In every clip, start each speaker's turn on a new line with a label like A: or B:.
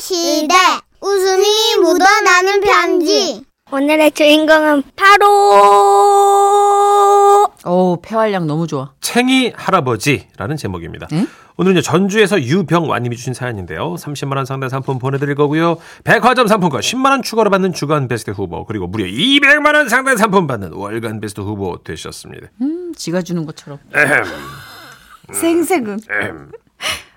A: 시대 웃음이 묻어나는 편지
B: 오늘의 주인공은 바로
C: 어우, 폐활량 너무 좋아.
D: 챙이 할아버지라는 제목입니다.
C: 응?
D: 오늘 이제 전주에서 유병완님이 주신 사연인데요. 30만 원 상당 상품 보내드릴 거고요. 백화점 상품권 10만 원 추가로 받는 주간 베스트 후보 그리고 무려 200만 원 상당 상품 받는 월간 베스트 후보 되셨습니다.
C: 음, 지가 주는 것처럼.
D: 에헴,
C: 음. 생색은.
D: 에헴.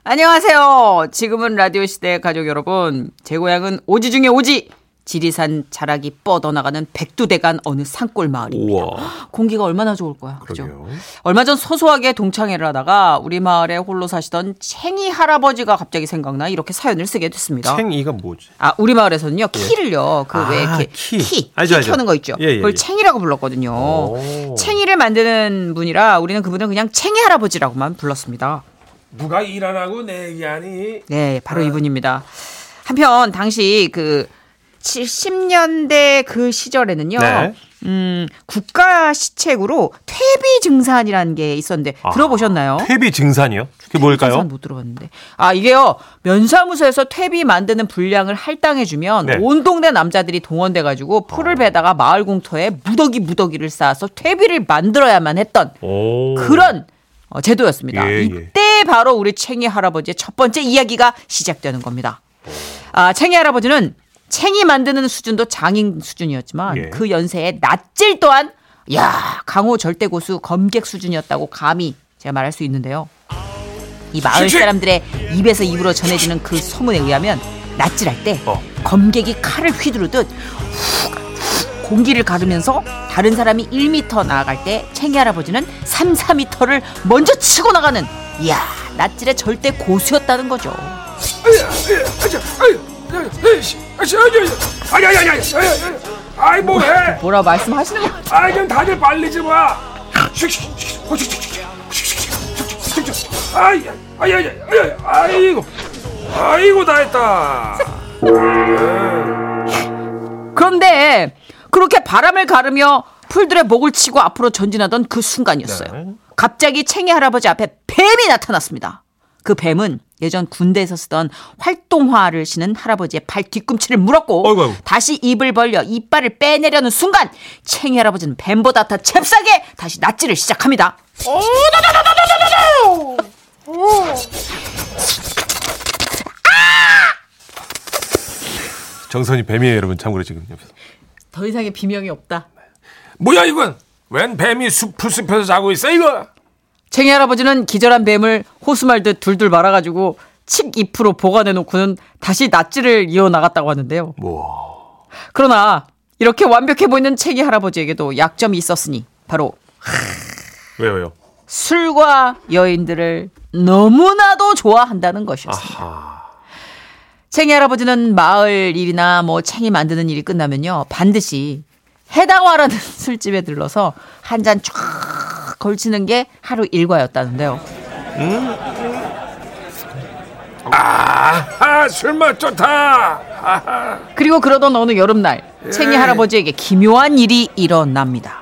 C: 안녕하세요. 지금은 라디오 시대 가족 여러분. 제 고향은 오지 중에 오지. 지리산 자락이 뻗어나가는 백두대간 어느 산골 마을입니다.
D: 우와.
C: 공기가 얼마나 좋을 거야. 그죠?
D: 그러게요.
C: 얼마 전 소소하게 동창회를 하다가 우리 마을에 홀로 사시던 챙이 할아버지가 갑자기 생각나 이렇게 사연을 쓰게 됐습니다.
D: 챙이가 뭐지?
C: 아, 우리 마을에서는요, 키를요, 그
D: 아,
C: 왜 이렇게
D: 키.
C: 키, 키,
D: 알죠, 알죠.
C: 켜는 거 있죠.
D: 예, 예,
C: 그걸
D: 예.
C: 챙이라고 불렀거든요.
D: 오.
C: 챙이를 만드는 분이라 우리는 그분은 그냥 챙이 할아버지라고만 불렀습니다.
D: 누가 일 안 하고 내 얘기하니?
C: 네,
D: 아.
C: 바로 이분입니다. 한편, 당시 그 70년대 그 시절에는요,
D: 네.
C: 음, 국가 시책으로 퇴비 증산이라는 게 있었는데,
D: 아,
C: 들어보셨나요?
D: 퇴비 증산이요? 그게 뭘까요?
C: 생산 못 들어봤는데. 아 이게요 면사무소에서 퇴비 만드는 분량을 할당해주면
D: 네. 어.
C: 온 동네 남자들이 동원돼가지고 풀을 베다가 마을 공터에 무더기 무더기를 쌓아서 퇴비를 만들어야만 했던
D: 오.
C: 그런 어, 제도였습니다.
D: 예, 예.
C: 이때 바로 우리 챙이 할아버지의 첫 번째 이야기가 시작되는 겁니다. 아 챙이 할아버지는 챙이 만드는 수준도 장인 수준이었지만
D: 예.
C: 그 연세에 낯질 또한 야 강호 절대 고수 검객 수준이었다고 감히 제가 말할 수 있는데요. 이 마을 사람들의 입에서 입으로 전해지는 그 소문에 의하면 낯질할 때
D: 어.
C: 검객이 칼을 휘두르듯 훅, 훅 공기를 가르면서 다른 사람이 1미터 나아갈 때 챙이 할아버지는 3, 4미터를 먼저 치고 나가는 이야 낯질의 절대 고수였다는 거죠.
E: 아니 아니 아니 아니 아니, 아니. 아이 뭐해
C: 뭐라 말씀하시는 거
E: 아이 좀 다들 빨리 좀와 아이 아이 아이 아이 아이고 아이고 다 했다
C: 그런데 그렇게 바람을 가르며 풀들의 목을 치고 앞으로 전진하던 그 순간이었어요.
D: 네.
C: 갑자기 챙이 할아버지 앞에 뱀이 나타났습니다. 그 뱀은 예전 군대에서 쓰던 활동화를 신은 할아버지의 발 뒤꿈치를 물었고
D: 어이구, 어이구.
C: 다시 입을 벌려 이빨을 빼내려는 순간 챙이 할아버지는 뱀보다 더 잽싸게 다시 낯질을 시작합니다.
D: 정선이 뱀이에요, 여러분. 참고로 지금 옆에서.
C: 더 이상의 비명이 없다.
E: 뭐야 이건 웬 뱀이 숲 숲에서 자고 있어 이거
C: 챙이 할아버지는 기절한 뱀을 호수 말듯 둘둘 말아가지고 칡 잎으로 보관해 놓고는 다시 낯질을 이어 나갔다고 하는데요.
D: 우와.
C: 그러나 이렇게 완벽해 보이는 책이 할아버지에게도 약점이 있었으니 바로
D: 왜요, 왜요?
C: 술과 여인들을 너무나도 좋아한다는 것이었습니다. 챙이 할아버지는 마을 일이나 뭐 챙이 만드는 일이 끝나면요 반드시 해당화라는 술집에 들러서 한 잔 쫙 걸치는 게 하루 일과였다는데요.
E: 아술 맛 좋다 아,
C: 그리고 그러던 어느 여름날 챙이 할아버지에게 기묘한 일이 일어납니다.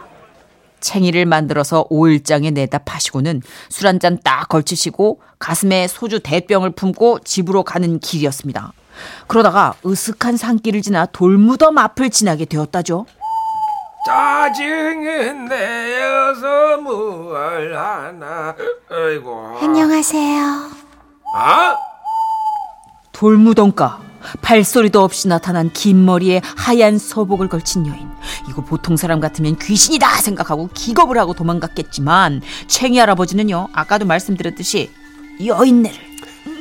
C: 챙이를 만들어서 오일장에 내다 파시고는 술 한 잔 딱 걸치시고 가슴에 소주 대병을 품고 집으로 가는 길이었습니다. 그러다가 으슥한 산길을 지나 돌무덤 앞을 지나게 되었다죠.
E: 짜증은 내어서 뭘 하나 아이고
A: 안녕하세요
E: 아?
C: 돌무덤가 발소리도 없이 나타난 긴 머리에 하얀 소복을 걸친 여인 이거 보통 사람 같으면 귀신이다 생각하고 기겁을 하고 도망갔겠지만 챙이 할아버지는요 아까도 말씀드렸듯이 여인네를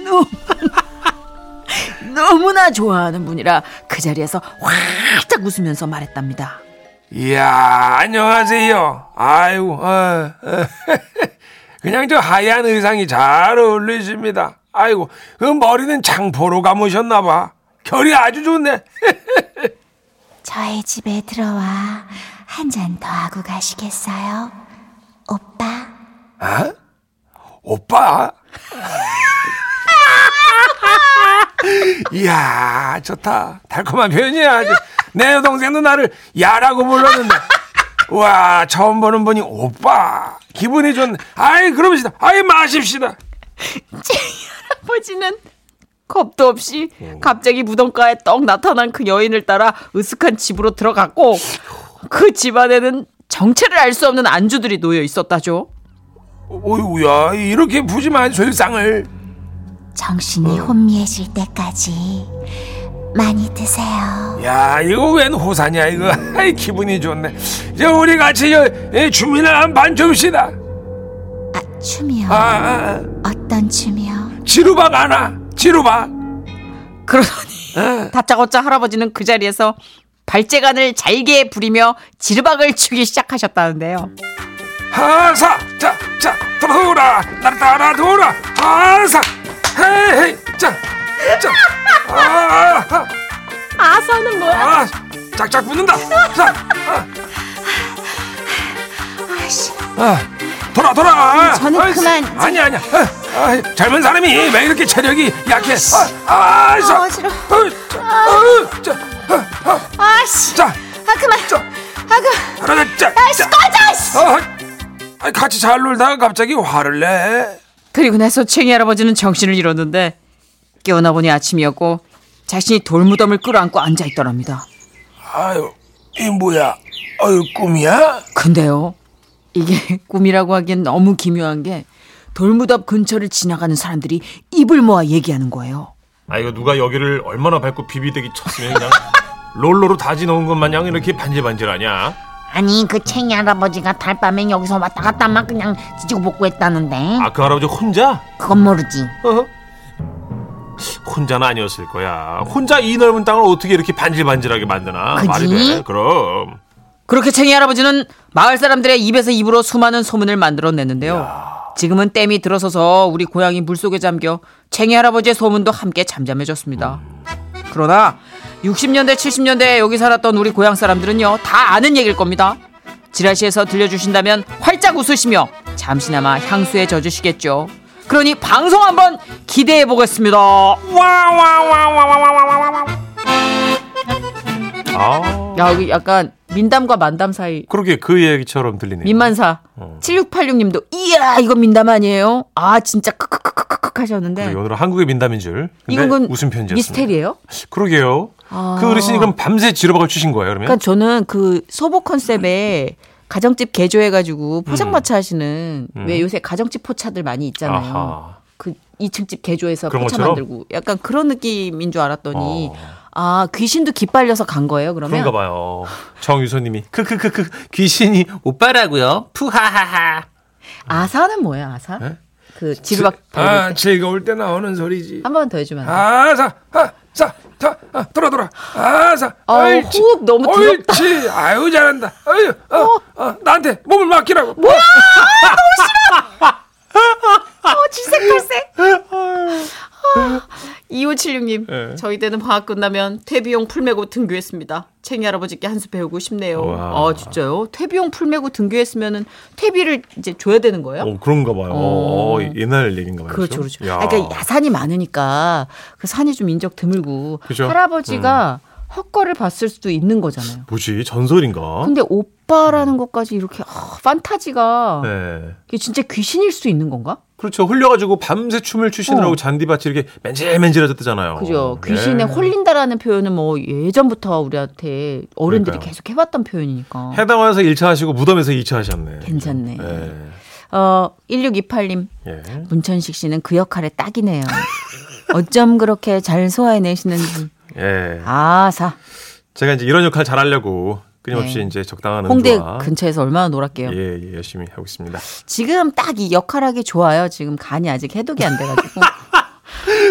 C: 너무- 너무나 좋아하는 분이라 그 자리에서 활짝 웃으면서 말했답니다
E: 이야, 안녕하세요. 아이고, 어, 어. 그냥 저 하얀 의상이 잘 어울리십니다. 아이고, 그 머리는 장포로 감으셨나봐. 결이 아주 좋네.
A: 저희 집에 들어와 한 잔 더 하고 가시겠어요 오빠
E: 아? 오빠. 이야, 좋다. 달콤한 표현이야. 아주. 내 여동생도 나를 야라고 불렀는데. 와, 처음 보는 분이 오빠. 기분이 좋네. 아이, 그럽시다. 아이, 마십시다.
C: 할아버지는 겁도 없이 갑자기 무덤가에 떡 나타난 그 여인을 따라 으슥한 집으로 들어갔고 그 집안에는 정체를 알 수 없는 안주들이 놓여 있었다죠.
E: 어이구야 이렇게 푸짐한 술상을 어.
A: 정신이 혼미해질 때까지 많이 드세요.
E: 야 이거 웬 호사냐 이거 아이, 기분이 좋네 이제 우리 같이 여, 이 주민을 한반 줍시다
A: 아, 춤이요.
E: 아, 아, 아
A: 어떤 춤이요?
E: 지루박 하나 지루박
C: 그러더니 다짜고짜 할아버지는 그 자리에서 발재간을 잘게 부리며 지르박을 추기 시작하셨다는데요.
E: 하사 자자 돌아라 나를 따라 돌아 하사 헤이 자자아
C: 아사는 뭐야?
E: 아, 짝짝 붙는다. 자,
A: 아씨,
E: 아, 돌아 돌아.
A: 저는
E: 아이씨,
A: 그만.
E: 아니 아니야. 아, 아, 젊은 사람이 왜 이렇게 체력이 약해? 아, 아, 아, 자,
A: 어지러워.
E: 어, 자, 어, 자, 아, 아,
A: 아씨.
E: 자,
A: 아 그만.
E: 자.
A: 아 그.
E: 하나, 자,
A: 아씨
E: 자.
A: 꺼져. 씨.
E: 아, 아, 같이 잘 놀다가 갑자기 화를 내.
C: 그리고 나서 챙이 할아버지는 정신을 잃었는데 깨어나 보니 아침이었고 자신이 돌무덤을 끌어안고 앉아 있더랍니다.
E: 아유, 이 뭐야? 아유, 꿈이야?
C: 근데요 이게 꿈이라고 하기엔 너무 기묘한 게 돌무덤 근처를 지나가는 사람들이 입을 모아 얘기하는 거예요.
D: 아 이거 누가 여기를 얼마나 밟고 비비대기 쳤으면 그냥 롤러로 다지 넣은 것 마냥 이렇게 반질반질하냐?
B: 아니 그 챙이 할아버지가 달밤에 여기서 왔다 갔다 막 그냥 지지고 볶고 했다는데
D: 아 그 할아버지 혼자?
B: 그건 모르지
D: 어허. 혼자는 아니었을 거야. 혼자 이 넓은 땅을 어떻게 이렇게 반질반질하게 만드나?
B: 그지?
D: 말이 돼. 그럼.
C: 그렇게 챙이 할아버지는 마을 사람들의 입에서 입으로 수많은 소문을 만들어냈는데요. 지금은 댐이 들어서서 우리 고향이 물속에 잠겨 챙이 할아버지의 소문도 함께 잠잠해졌습니다. 그러나 60년대 70년대에 여기 살았던 우리 고향 사람들은요 다 아는 얘기일 겁니다. 지라시에서 들려주신다면 활짝 웃으시며 잠시나마 향수에 젖으시겠죠. 그러니 방송 한번 기대해 보겠습니다.
D: 아
C: 야 여기 약간 민담과 만담 사이
D: 그러게 그 얘기처럼 들리네. 어.
C: 민만사 7686님도 이야 이거 민담 아니에요? 아 진짜 크크크크크 하셨는데
D: 오늘 한국의 민담인 줄. 근데
C: 이건 뭐
D: 웃음 편지였습니다. 네?
C: 미스테리예요? 아.
D: 그러게요. 그 어르신이 그럼 밤새 지르박을 추신 거예요, 그러면?
C: 그러니까 저는 그 소보 컨셉에 가정집 개조해가지고
D: 음.
C: 포장마차 하시는 왜 요새 가정집 포차들 많이 있잖아요.
D: 아하.
C: 그 2층 집 개조해서
D: 그런
C: 포차
D: 것처럼?
C: 만들고 약간 그런 느낌인 줄 알았더니
D: 어.
C: 아 귀신도 기빨려서 간 거예요 그, 그러면?
D: 그런가 봐요. 정유소님이 크크크크 귀신이 오빠라고요. 푸하하하.
C: 아사는 뭐야 아사?
D: 네?
C: 그 지루박
E: 아, 즐거울 때 나오는 소리지.
C: 한 번 더 해주면 안 돼요?
E: 아사, 아사, 자, 아, 돌아 돌아, 아사.
C: 아우,
E: 옳지.
C: 호흡 너무 두렵다.
E: 옳지. 아유 잘한다. 아유, 어, 어, 나한테 몸을 맡기라고.
C: 어, 질색팔색. 2576님,
D: 예.
C: 저희 때는 방학 끝나면 퇴비용 풀메고 등교했습니다. 챙이 할아버지께 한 수 배우고 싶네요.
D: 와.
C: 아, 진짜요? 퇴비용 풀메고 등교했으면은 퇴비를 이제 줘야 되는 거예요?
D: 어, 그런가 봐요. 어,
C: 어.
D: 옛날 얘기인가 봐요.
C: 그렇죠, 그렇죠.
D: 야.
C: 아, 그러니까 야산이 많으니까 그 산이 좀 인적 드물고
D: 그죠? 음.
C: 할아버지가 헛거를 봤을 수도 있는 거잖아요.
D: 뭐지? 전설인가?
C: 근데 오빠라는 것까지 이렇게 아, 판타지가
D: 네.
C: 이게 진짜 귀신일 수 있는 건가?
D: 그렇죠. 흘려가지고 밤새 춤을 추시느라고
C: 어.
D: 잔디밭이 이렇게 맨질맨질해졌다잖아요. 네.
C: 그죠. 귀신에 홀린다라는 표현은 뭐 예전부터 우리한테 어른들이
D: 그러니까요.
C: 계속 해봤던 표현이니까.
D: 해당화에서 1차 하시고 무덤에서 2차 하셨네.
C: 괜찮네.
D: 예.
C: 어, 1628님.
D: 예.
C: 문천식 씨는 그 역할에 딱이네요. 어쩜 그렇게 잘 소화해내시는지.
D: 예.
C: 아, 사.
D: 제가 이제 이런 역할 잘하려고 끊임없이
C: 네.
D: 이제 적당한
C: 홍대 네.
D: 음주와
C: 근처에서 얼마나 놀았게요.
D: 예, 예, 열심히 하고 있습니다.
C: 지금 딱 이 역할하기 좋아요. 지금 간이 아직 해독이 안 돼가지고.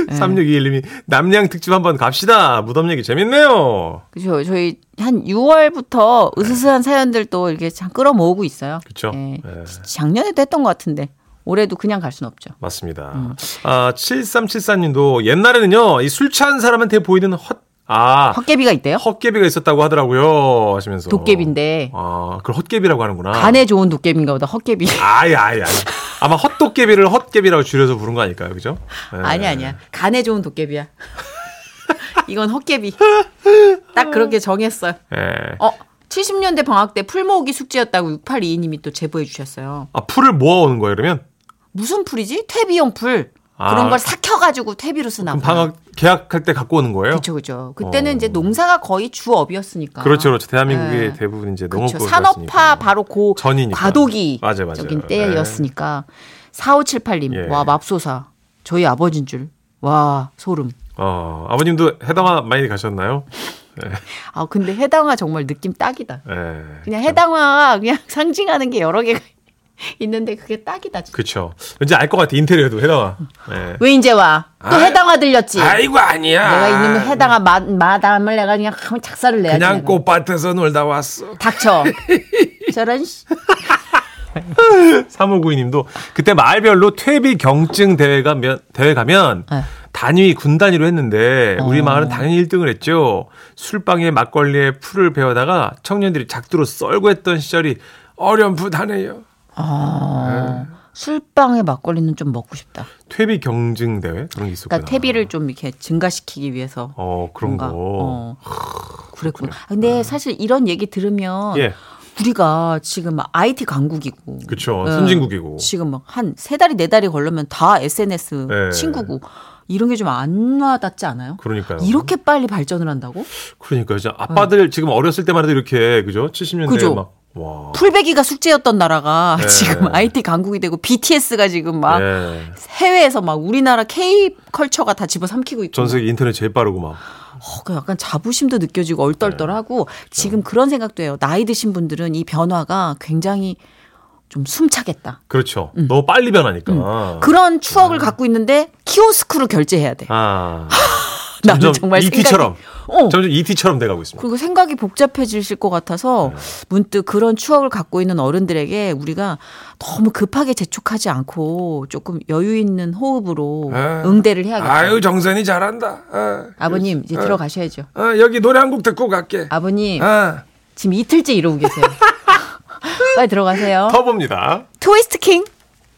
D: 3621님이 남양 특집 한번 갑시다. 무덤 얘기 재밌네요.
C: 그죠. 저희 한 6월부터 으스스한 사연들도 이렇게 참 끌어모으고 있어요.
D: 그쵸.
C: 예.
D: 예.
C: 작년에도 했던 것 같은데 올해도 그냥 갈 순 없죠.
D: 맞습니다. 아, 7374님도 옛날에는요, 이 술 취한 사람한테 보이는 헛, 아,
C: 헛개비가 있대요.
D: 헛개비가 있었다고 하더라고요. 하시면서.
C: 도깨비인데
D: 아, 그걸 헛개비라고 하는구나.
C: 간에 좋은 도깨비인가 보다 헛개비.
D: 아이, 아이, 아이. 아마 헛도깨비를 헛개비라고 줄여서 부른 거 아닐까요? 그죠? 예.
C: 아니 아니야. 간에 좋은 도깨비야. 이건 헛개비. 딱 그렇게 정했어요.
D: 예.
C: 어, 70년대 방학 때 풀 모으기 숙제였다고 6822님이 또 제보해 주셨어요.
D: 아, 풀을 모아오는 거예요, 그러면?
C: 무슨 풀이지? 퇴비용 풀.
D: 아,
B: 그런 걸 삭혀가지고 퇴비로 쓰나
C: 아,
D: 그럼
B: 봐.
D: 방학 계약할 때 갖고 오는 거예요?
B: 그렇죠, 그렇죠. 그때는 이제 농사가 거의
C: 아.
B: 주업이었으니까.
D: 그렇죠, 그렇죠. 대한민국의
B: 네.
D: 대부분 이제
B: 그렇죠.
D: 농업과
B: 산업화 바로 고
D: 전이니까.
B: 과도기
D: 맞아요, 맞아요. 네.
B: 적인 때였으니까 4578님
D: 예.
B: 와 맙소사 저희 아버진 줄와 소름.
D: 어, 아버님도 해당화 많이 가셨나요?
B: 아 근데 해당화 정말 느낌 딱이다.
D: 예.
B: 그냥 해당화가 그냥 상징하는 게 여러 개가 있는데 그게 딱이다. 진짜.
D: 그쵸. 왠지 알 것 같아, 인테리어도 해당화. 예.
B: 왜 이제 와? 또
E: 아이,
B: 해당화 들렸지.
E: 아이고 아니야.
B: 내가 있는 해당화 마, 마담을 내가 그냥 한번 작사를 내야지.
E: 그냥
B: 내가.
E: 꽃밭에서 놀다 왔어.
B: 닥쳐. 저런 씨.
D: 3592님도 그때 마을별로 퇴비 경증 대회가 면, 대회 가면
C: 네.
D: 단위 군 단위로 했는데
C: 어.
D: 우리 마을은 당연히 1등을 했죠. 술방에 막걸리에 풀을 베어다가 청년들이 작두로 썰고 했던 시절이
E: 어렴풋하네요.
B: 술방에 막걸리는 좀 먹고 싶다.
D: 퇴비 경증 대회 그런 게 있었구나.
C: 그러니까 퇴비를 좀 이렇게 증가시키기 위해서
D: 어 그런
C: 뭔가,
D: 거.
C: 어. 그랬구나. 아, 근데 사실 이런 얘기 들으면
D: 예.
C: 우리가 지금 막 IT 강국이고
D: 그쵸.
C: 예.
D: 선진국이고.
C: 지금 막 한 세 달이 네 달이 걸려면 다 SNS
D: 예.
C: 친구고 이런 게 좀 안 와닿지 않아요?
D: 그러니까요.
C: 이렇게 빨리 발전을 한다고?
D: 그러니까요. 진짜 아빠들 지금 어렸을 때만 해도 이렇게 그죠? 70년대
C: 그죠.
D: 막 와.
C: 풀베기가 숙제였던 나라가
D: 예.
C: 지금 IT 강국이 되고 BTS가 지금 막
D: 예.
C: 해외에서 막 우리나라 K 컬처가 다 집어삼키고 있고
D: 전 세계 인터넷 제일 빠르고 막.
C: 어, 그 약간 자부심도 느껴지고 얼떨떨하고
D: 예.
C: 지금 그런 생각도 해요. 나이 드신 분들은 이 변화가 굉장히 좀 숨차겠다.
D: 그렇죠. 너무 빨리 변하니까.
C: 음. 그런 추억을 갖고 있는데 키오스크로 결제해야 돼.
D: 아.
C: 나는
D: 점점
C: 정말
D: ET처럼.
C: 생각이- 어.
D: 점점 ET처럼 돼가고 있습니다.
C: 그리고 생각이 복잡해지실 것 같아서
D: 네.
C: 문득 그런 추억을 갖고 있는 어른들에게 우리가 너무 급하게 재촉하지 않고 조금 여유 있는 호흡으로
E: 아.
C: 응대를 해야겠다.
E: 아유 정선이 잘한다. 어.
B: 아버님 이제
E: 어.
B: 들어가셔야죠.
E: 어, 여기 노래 한 곡 듣고 갈게.
B: 아버님
E: 어.
B: 지금 이틀째 이러고 계세요. 빨리 들어가세요.
D: 터봅니다.
B: 트위스트 킹.